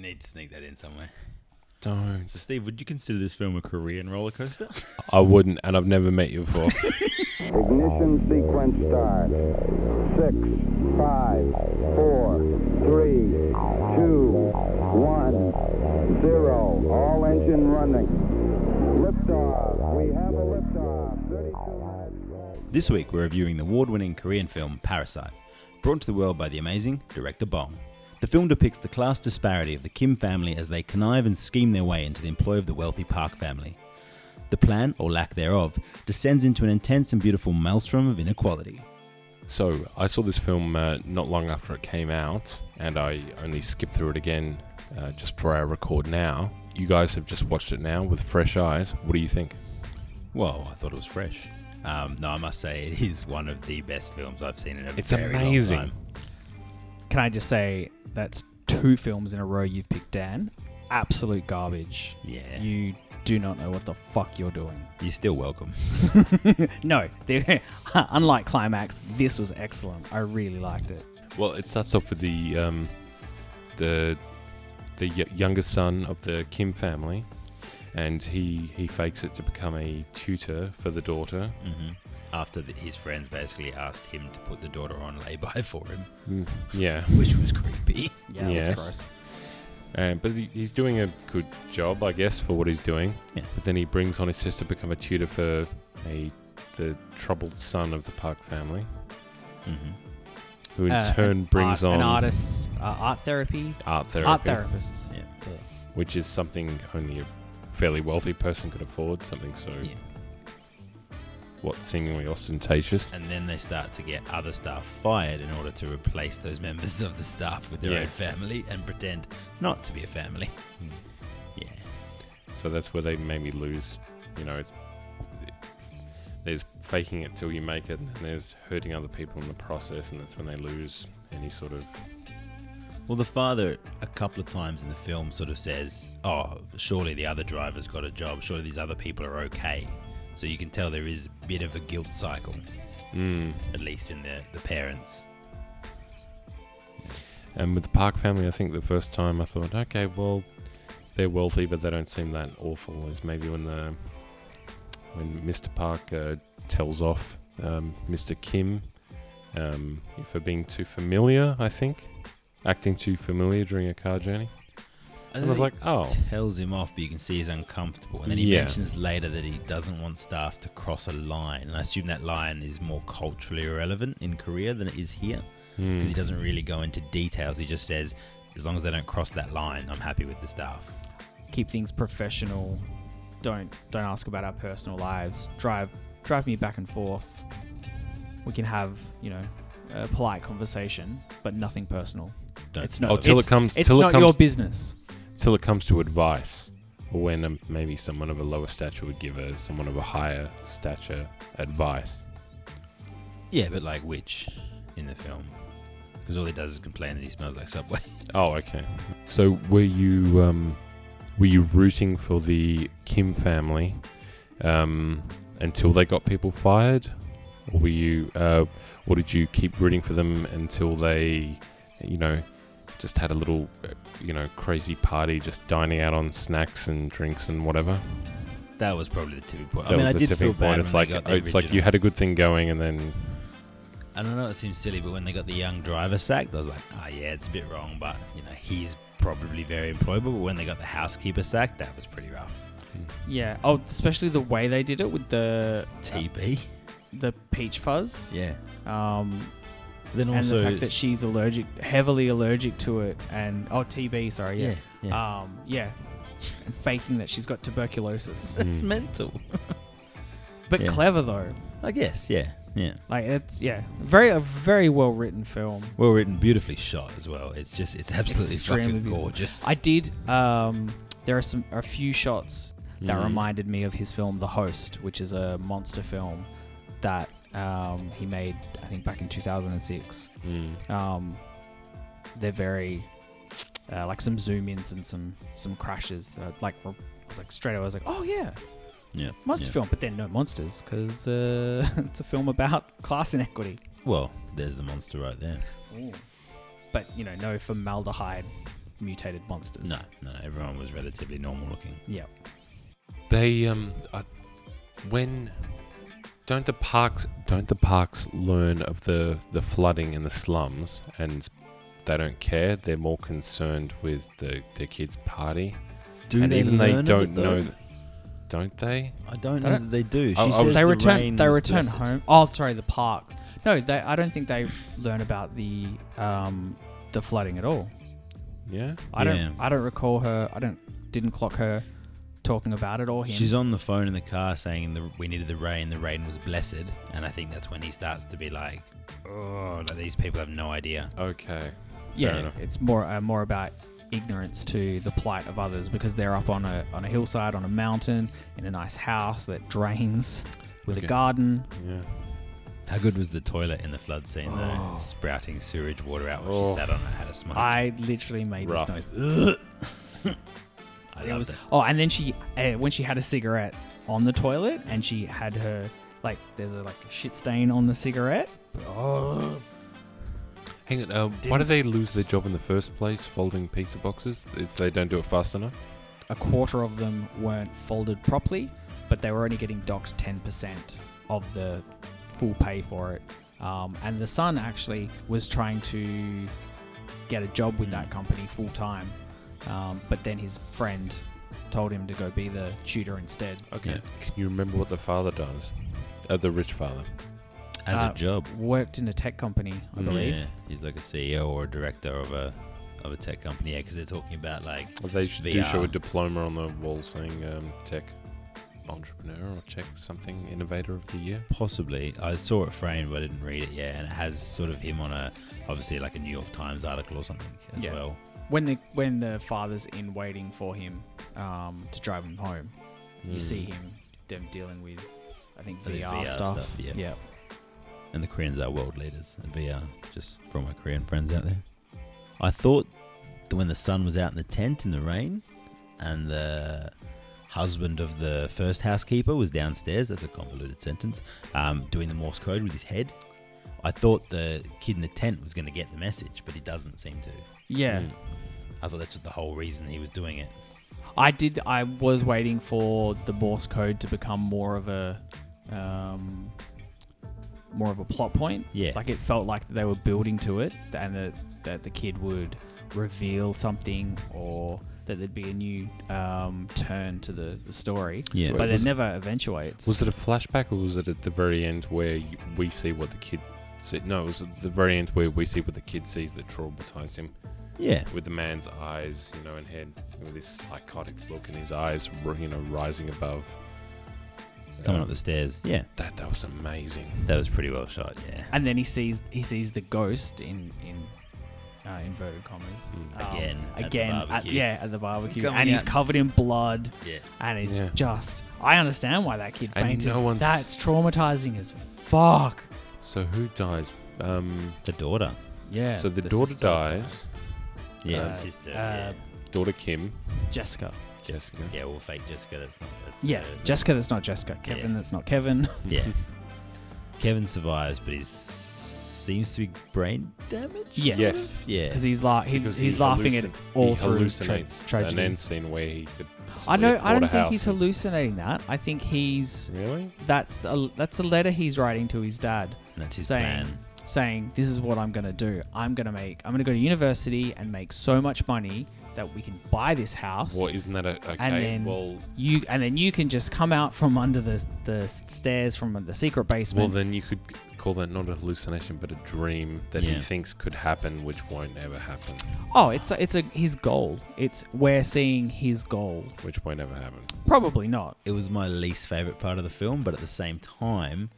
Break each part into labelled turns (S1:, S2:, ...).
S1: need to sneak that in somewhere.
S2: Don't.
S1: So, Steve, would you consider this film a Korean roller coaster?
S2: I wouldn't, and I've never met you before.
S3: Ignition sequence start. Six, five, four, three, two, one, zero. All engine running. Liftoff. We have a liftoff. 32 minutes. left.
S1: This week, we're reviewing the award winning Korean film Parasite, brought to the world by the amazing director Bong. The film depicts the class disparity of the Kim family as they connive and scheme their way into the employ of the wealthy Park family. The plan, or lack thereof, descends into an intense and beautiful maelstrom of inequality.
S2: so I saw this film uh, not long after it came out, and I only skipped through it again uh, just before I record now. You guys have just watched it now with fresh eyes. What do you think?
S1: Whoa, I thought it was fresh. Um, no, I must say, it is one of the best films I've seen in a
S2: It's
S1: very long
S2: amazing.
S1: time.
S4: Can I just say that's two films in a row you've picked, Dan? Absolute garbage.
S1: Yeah.
S4: You do not know what the fuck you're doing.
S1: You're still welcome.
S4: No, they- unlike Climax, this was excellent. I really liked it.
S2: Well, it starts off with the um, the the y- youngest son of the Kim family, and he he fakes it to become a tutor for the daughter.
S1: hmm After the, his friends basically asked him to put the daughter on lay-by for him,
S2: Mm, Yeah,
S1: which was creepy.
S4: Yeah, it
S2: Yes.
S4: was gross.
S2: uh, but he, he's doing a good job, I guess, for what he's doing.
S1: Yeah.
S2: But then he brings on his sister to become a tutor for a the troubled son of the Park family,
S1: Mm-hmm.
S2: who in
S4: Uh,
S2: turn brings
S4: Art-
S2: on
S4: an artist, uh, art therapy,
S2: art therapy,
S4: art therapists.
S1: Yeah.
S2: which is something only a fairly wealthy person could afford. Something so.
S1: Yeah.
S2: What seemingly ostentatious.
S1: and then they start to get other staff fired in order to replace those members of the staff with their own
S2: Yes.
S1: family and pretend not to be a family. Yeah.
S2: So that's where they maybe lose. You know, it's there's faking it till you make it, and then there's hurting other people in the process, and that's when they lose any sort of.
S1: Well, the father, a couple of times in the film, sort of says, Oh, surely the other driver's got a job. Surely these other people are okay. So you can tell there is a bit of a guilt cycle,
S2: Mm.
S1: at least in the, the parents.
S2: And with the Park family, I think the first time I thought, okay, well, they're wealthy, but they don't seem that awful. Is maybe when the when Mr. Park uh, tells off um, Mr. Kim um, for being too familiar. I think acting too familiar during a car journey.
S1: And
S2: I was like, oh.
S1: Tells him off, but you can see he's uncomfortable. And then he
S2: Yeah.
S1: mentions later that he doesn't want staff to cross a line. And I assume that line is more culturally relevant in Korea than it is here.
S2: Hmm.
S1: Because he doesn't really go into details. He just says, as long as they don't cross that line, I'm happy with the staff.
S4: Keep things professional. Don't don't ask about our personal lives. Drive drive me back and forth. We can have you know a polite conversation, but nothing personal.
S1: Don't
S4: It's not-
S2: Oh, till
S4: it's-
S2: it comes.
S4: It's
S2: till
S4: not
S2: it comes
S4: your business.
S2: till it comes to advice, or when um, maybe someone of a lower stature would give a, someone of a higher stature advice.
S1: Yeah, but like which in the film? Because all he does is complain that he smells like Subway.
S2: Oh, okay. So were you um, were you rooting for the Kim family um, until they got people fired, or were you, uh, or did you keep rooting for them until they, you know, just had a little, uh, you know, crazy party, just dining out on snacks and drinks and whatever?
S1: That was probably the tipping point.
S2: That
S1: I mean,
S2: was
S1: I
S2: the
S1: did
S2: tipping
S1: feel bad
S2: point. It's
S1: when
S2: like
S1: they got
S2: it's
S1: the
S2: like you
S1: original-
S2: had a good thing going, and then
S1: And I know it seems silly, but when they got the young driver sacked, I was like, oh yeah, it's a bit wrong, but you know, he's probably very employable. But when they got the housekeeper sacked, that was pretty rough.
S4: Yeah. Oh, especially the way they did it with the
S1: TB.
S4: the peach fuzz.
S1: Yeah.
S4: Um,
S1: Then
S4: and
S1: also,
S4: the fact that she's allergic, heavily allergic to it, and oh TB. Sorry. Yeah.
S1: yeah, yeah.
S4: Um, yeah. And faking that she's got tuberculosis,
S2: Mm.
S1: it's mental.
S4: but
S1: Yeah.
S4: clever though.
S1: I guess. Yeah. Yeah.
S4: Like it's yeah, very a very well written film.
S1: Well written, beautifully shot as well. It's just, it's absolutely
S4: Extremely
S1: fucking
S4: beautiful.
S1: gorgeous.
S4: I did. Um, there are some a few shots
S2: Mm.
S4: that
S1: Mm-hmm.
S4: reminded me of his film The Host, which is a monster film that um, he made I think back in 2006.
S2: Mm.
S4: Um, they're very uh, like some zoom ins and some some crashes. Uh, like I was like straight away, I was like, oh yeah,
S1: Yeah.
S4: monster
S1: yeah.
S4: film. But then no monsters because uh, it's a film about class inequity.
S1: Well, there's the monster right there.
S4: But you know, no formaldehyde mutated monsters.
S1: No, no, no, everyone was relatively normal looking.
S4: Yeah.
S2: They um, I, when don't the parks don't the parks learn of the the flooding in the slums and they don't care. They're more concerned with the their kids' party,
S1: Do
S2: and even they don't know,
S1: That,
S2: th- don't they?
S1: I don't
S4: I
S1: know that
S4: don't-
S1: they do. She
S2: I- I
S1: says
S2: was-
S4: They
S1: the
S4: return.
S1: rain
S4: They
S1: was
S4: return
S1: blessed.
S4: home. Oh, sorry, the park. No, they. I don't think they learn about the um, the flooding at all.
S2: Yeah.
S4: I
S1: Yeah.
S4: don't. I don't recall her. I don't. Didn't clock her talking about it or him.
S1: She's on the phone in the car saying the, we needed the rain, the rain was blessed. And I think that's when he starts to be like, oh, like, these people have no idea.
S2: Okay. fair
S4: yeah,
S2: enough.
S4: it's more uh, more about ignorance to the plight of others because they're up on a on a hillside on a mountain in a nice house that drains with
S2: Okay.
S4: a garden.
S2: Yeah.
S1: How good was the toilet in the flood scene, though?
S2: Oh.
S1: Sprouting sewage water out while
S2: Oh.
S1: she sat on it, had a smoke.
S4: I literally made
S2: Rough.
S4: this noise. Ugh.
S1: I
S4: It
S1: loved
S4: was
S1: it.
S4: oh, and then she uh, when she had a cigarette on the toilet and she had her like there's a like a shit stain on the cigarette.
S1: Oh.
S2: Hang on. Um, why do they lose their job in the first place, folding pizza boxes? Is they don't do it fast enough?
S4: A quarter of them weren't folded properly, but they were only getting docked ten percent of the full pay for it. Um, and the son actually was trying to get a job with that company full time, um, but then his friend told him to go be the tutor instead.
S2: Okay.
S1: Yeah.
S2: Can you remember what the father does? Uh, the rich father.
S1: As
S4: uh,
S1: a job,
S4: Worked in a tech company, I
S2: Mm.
S4: believe.
S1: Yeah, he's like a CEO or a director of a of a tech company. Yeah, because they're talking about like
S2: Well, they should do show a
S1: VR.
S2: diploma on the wall saying um, tech entrepreneur or tech something innovator of the year.
S1: possibly. I saw it framed, but I didn't read it yet. And it has sort of him on a obviously like a New York Times article or something as
S4: Yeah.
S1: well.
S4: when the when the father's in waiting for him um, to drive him home, you
S2: Mm.
S4: see him them dealing with, I think
S1: Hmm. I think
S4: VR,
S1: VR
S4: stuff.
S1: stuff, yeah.
S4: yeah.
S1: And the Koreans are world leaders in VR. Just for all my Korean friends out there, I thought that when the son was out in the tent in the rain, and the husband of the first housekeeper was downstairs. That's a convoluted sentence. Um, doing the Morse code with his head. I thought the kid in the tent was going to get the message, but he doesn't seem to.
S4: Yeah.
S2: Mm.
S1: I thought that's the whole reason he was doing it.
S4: I did. I was waiting for the Morse code to become more of a, um, more of a plot point.
S1: Yeah.
S4: Like it felt like they were building to it, and that that the kid would reveal something, or that there'd be a new um, turn to the, the story.
S1: Yeah.
S2: So
S4: But it
S2: was-
S4: never eventuates.
S2: Was it a flashback or was it at the very end where y- we see what the kid? See- no, it was at the very end where we see what the kid sees that traumatized him
S1: yeah.
S2: with the man's eyes, you know, and head with this psychotic look in his eyes, r- you know, rising above.
S1: Coming
S2: Um,
S1: up the stairs. Yeah.
S2: That that was amazing.
S1: That was pretty well shot. Yeah.
S4: and then he sees he sees the ghost in in uh, inverted commas
S2: Mm.
S4: Um,
S1: Hmm. Again, at the
S4: again at-
S1: barbecue.
S4: yeah at the barbecue
S1: Coming
S4: and he's
S1: out and
S4: covered
S1: s-
S4: in blood
S1: Yeah.
S4: and he's
S2: Yeah.
S4: just I understand why that kid
S2: And
S4: fainted
S2: no one's-
S4: that's traumatizing as fuck
S2: So who dies? Um,
S1: The daughter.
S4: yeah
S2: so the, daughter
S4: sister
S2: dies.
S1: Yeah.
S2: Uh,
S1: the sister.
S4: uh,
S2: Daughter Kim,
S4: Jessica
S2: Jessica.
S1: yeah. Yeah. Well, fake Jessica. That's not. That's
S4: yeah
S1: uh,
S4: Jessica that's not Jessica Kevin
S1: Yeah.
S4: that's not Kevin
S1: Yeah. Kevin survives, but he seems to be brain damaged.
S4: Yeah.
S2: Yes.
S1: Yeah.
S4: because he's like he,
S2: Because
S4: he's
S2: he
S4: laughing at
S2: hallucin-
S4: all
S2: he
S4: through tra-
S2: hallucinates an
S4: tragedy
S2: end scene where he could.
S4: I know
S2: possibly
S4: I
S2: afford
S4: don't
S2: a
S4: think he's
S2: house and-
S4: hallucinating that I think he's
S2: Really?
S4: that's the, that's the letter he's writing to his dad
S1: And that's his
S4: saying
S1: plan.
S4: saying this is what I'm going to do. I'm going to make I'm going to go to university and make so much money that we can buy this house.
S2: Well, isn't that a okay?
S4: And then
S2: well,
S4: You and then you can just come out from under the the stairs from the secret
S2: well,
S4: basement.
S2: then you could call that not a hallucination, but a dream that
S1: Yeah.
S2: he thinks could happen, which won't ever happen,
S4: oh, it's a, it's a his goal. It's we're seeing his goal.
S2: which won't ever happen.
S4: Probably not.
S1: It was my least favorite part of the film, but at the same time,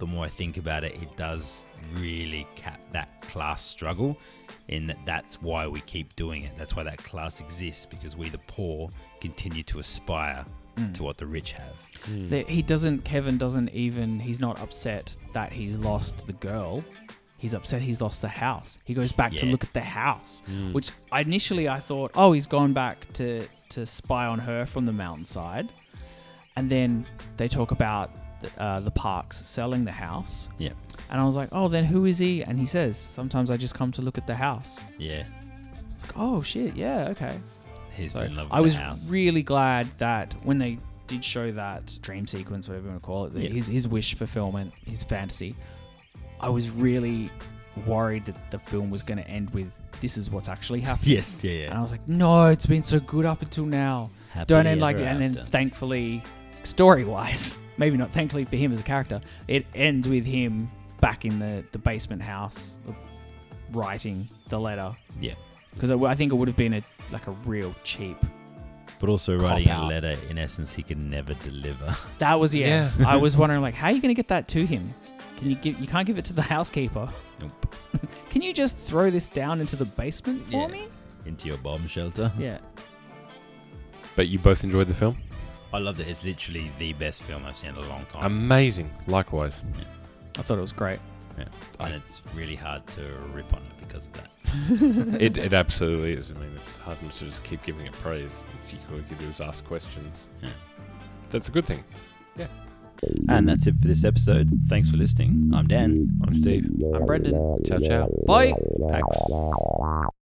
S1: the more I think about it, it does really cap that class struggle. In that, that's why we keep doing it. That's why that class exists because we, the poor, continue to aspire to what Mm. the rich have.
S4: That Mm. he doesn't. Kevin doesn't even. He's not upset that he's lost the girl. He's upset he's lost the house. He goes back to
S1: Yeah.
S4: look at the house,
S1: Mm.
S4: which I- initially I thought, oh, he's gone back to to spy on her from the mountainside, and then they talk about the, uh, the parks selling the house,
S1: Yeah,
S4: and I was like, oh, then who is he? And he says, sometimes I just come to look at the house.
S1: yeah.
S4: It's Like, oh shit, yeah, okay.
S1: He's
S4: So
S1: been in love with
S4: I
S1: the
S4: was
S1: house.
S4: really glad that when they did show that dream sequence, whatever you want to call it, the-
S1: Yeah.
S4: his his wish fulfillment, his fantasy. I was really worried that the film was going to end with this is what's actually happening.
S1: yes, yeah,
S4: And I
S1: yeah.
S4: was like, no, it's been so good up until now. Don't end like that. And then thankfully, story wise, maybe not thankfully for him as a character, it ends with him back in the, the basement house writing the letter.
S1: Yeah.
S4: Because I, I think it would have been a like a real cheap.
S1: but also
S4: cop
S1: writing a
S4: out.
S1: letter, in essence, he can never deliver.
S4: That was yeah. I was wondering like, how are you going to get that to him? Can you give? You can't give it to the housekeeper.
S1: Nope.
S4: Can you just throw this down into the basement for
S1: Yeah.
S4: me?
S1: Into your bomb shelter.
S4: Yeah.
S2: But you both enjoyed the film?
S1: I loved it. It's literally the best film I've seen in a long time.
S2: Amazing. Likewise.
S4: I thought it was great.
S2: I-
S1: and it's really hard to rip on it because of that.
S2: it, it absolutely is. I mean, it's hard not to just keep giving it praise. It's all you can do is ask questions.
S1: Yeah.
S2: That's a good thing.
S1: And that's it for this episode. Thanks for listening. I'm Dan.
S2: I'm Steve.
S4: I'm Brendan.
S2: Ciao, ciao.
S4: Bye.
S1: Pax.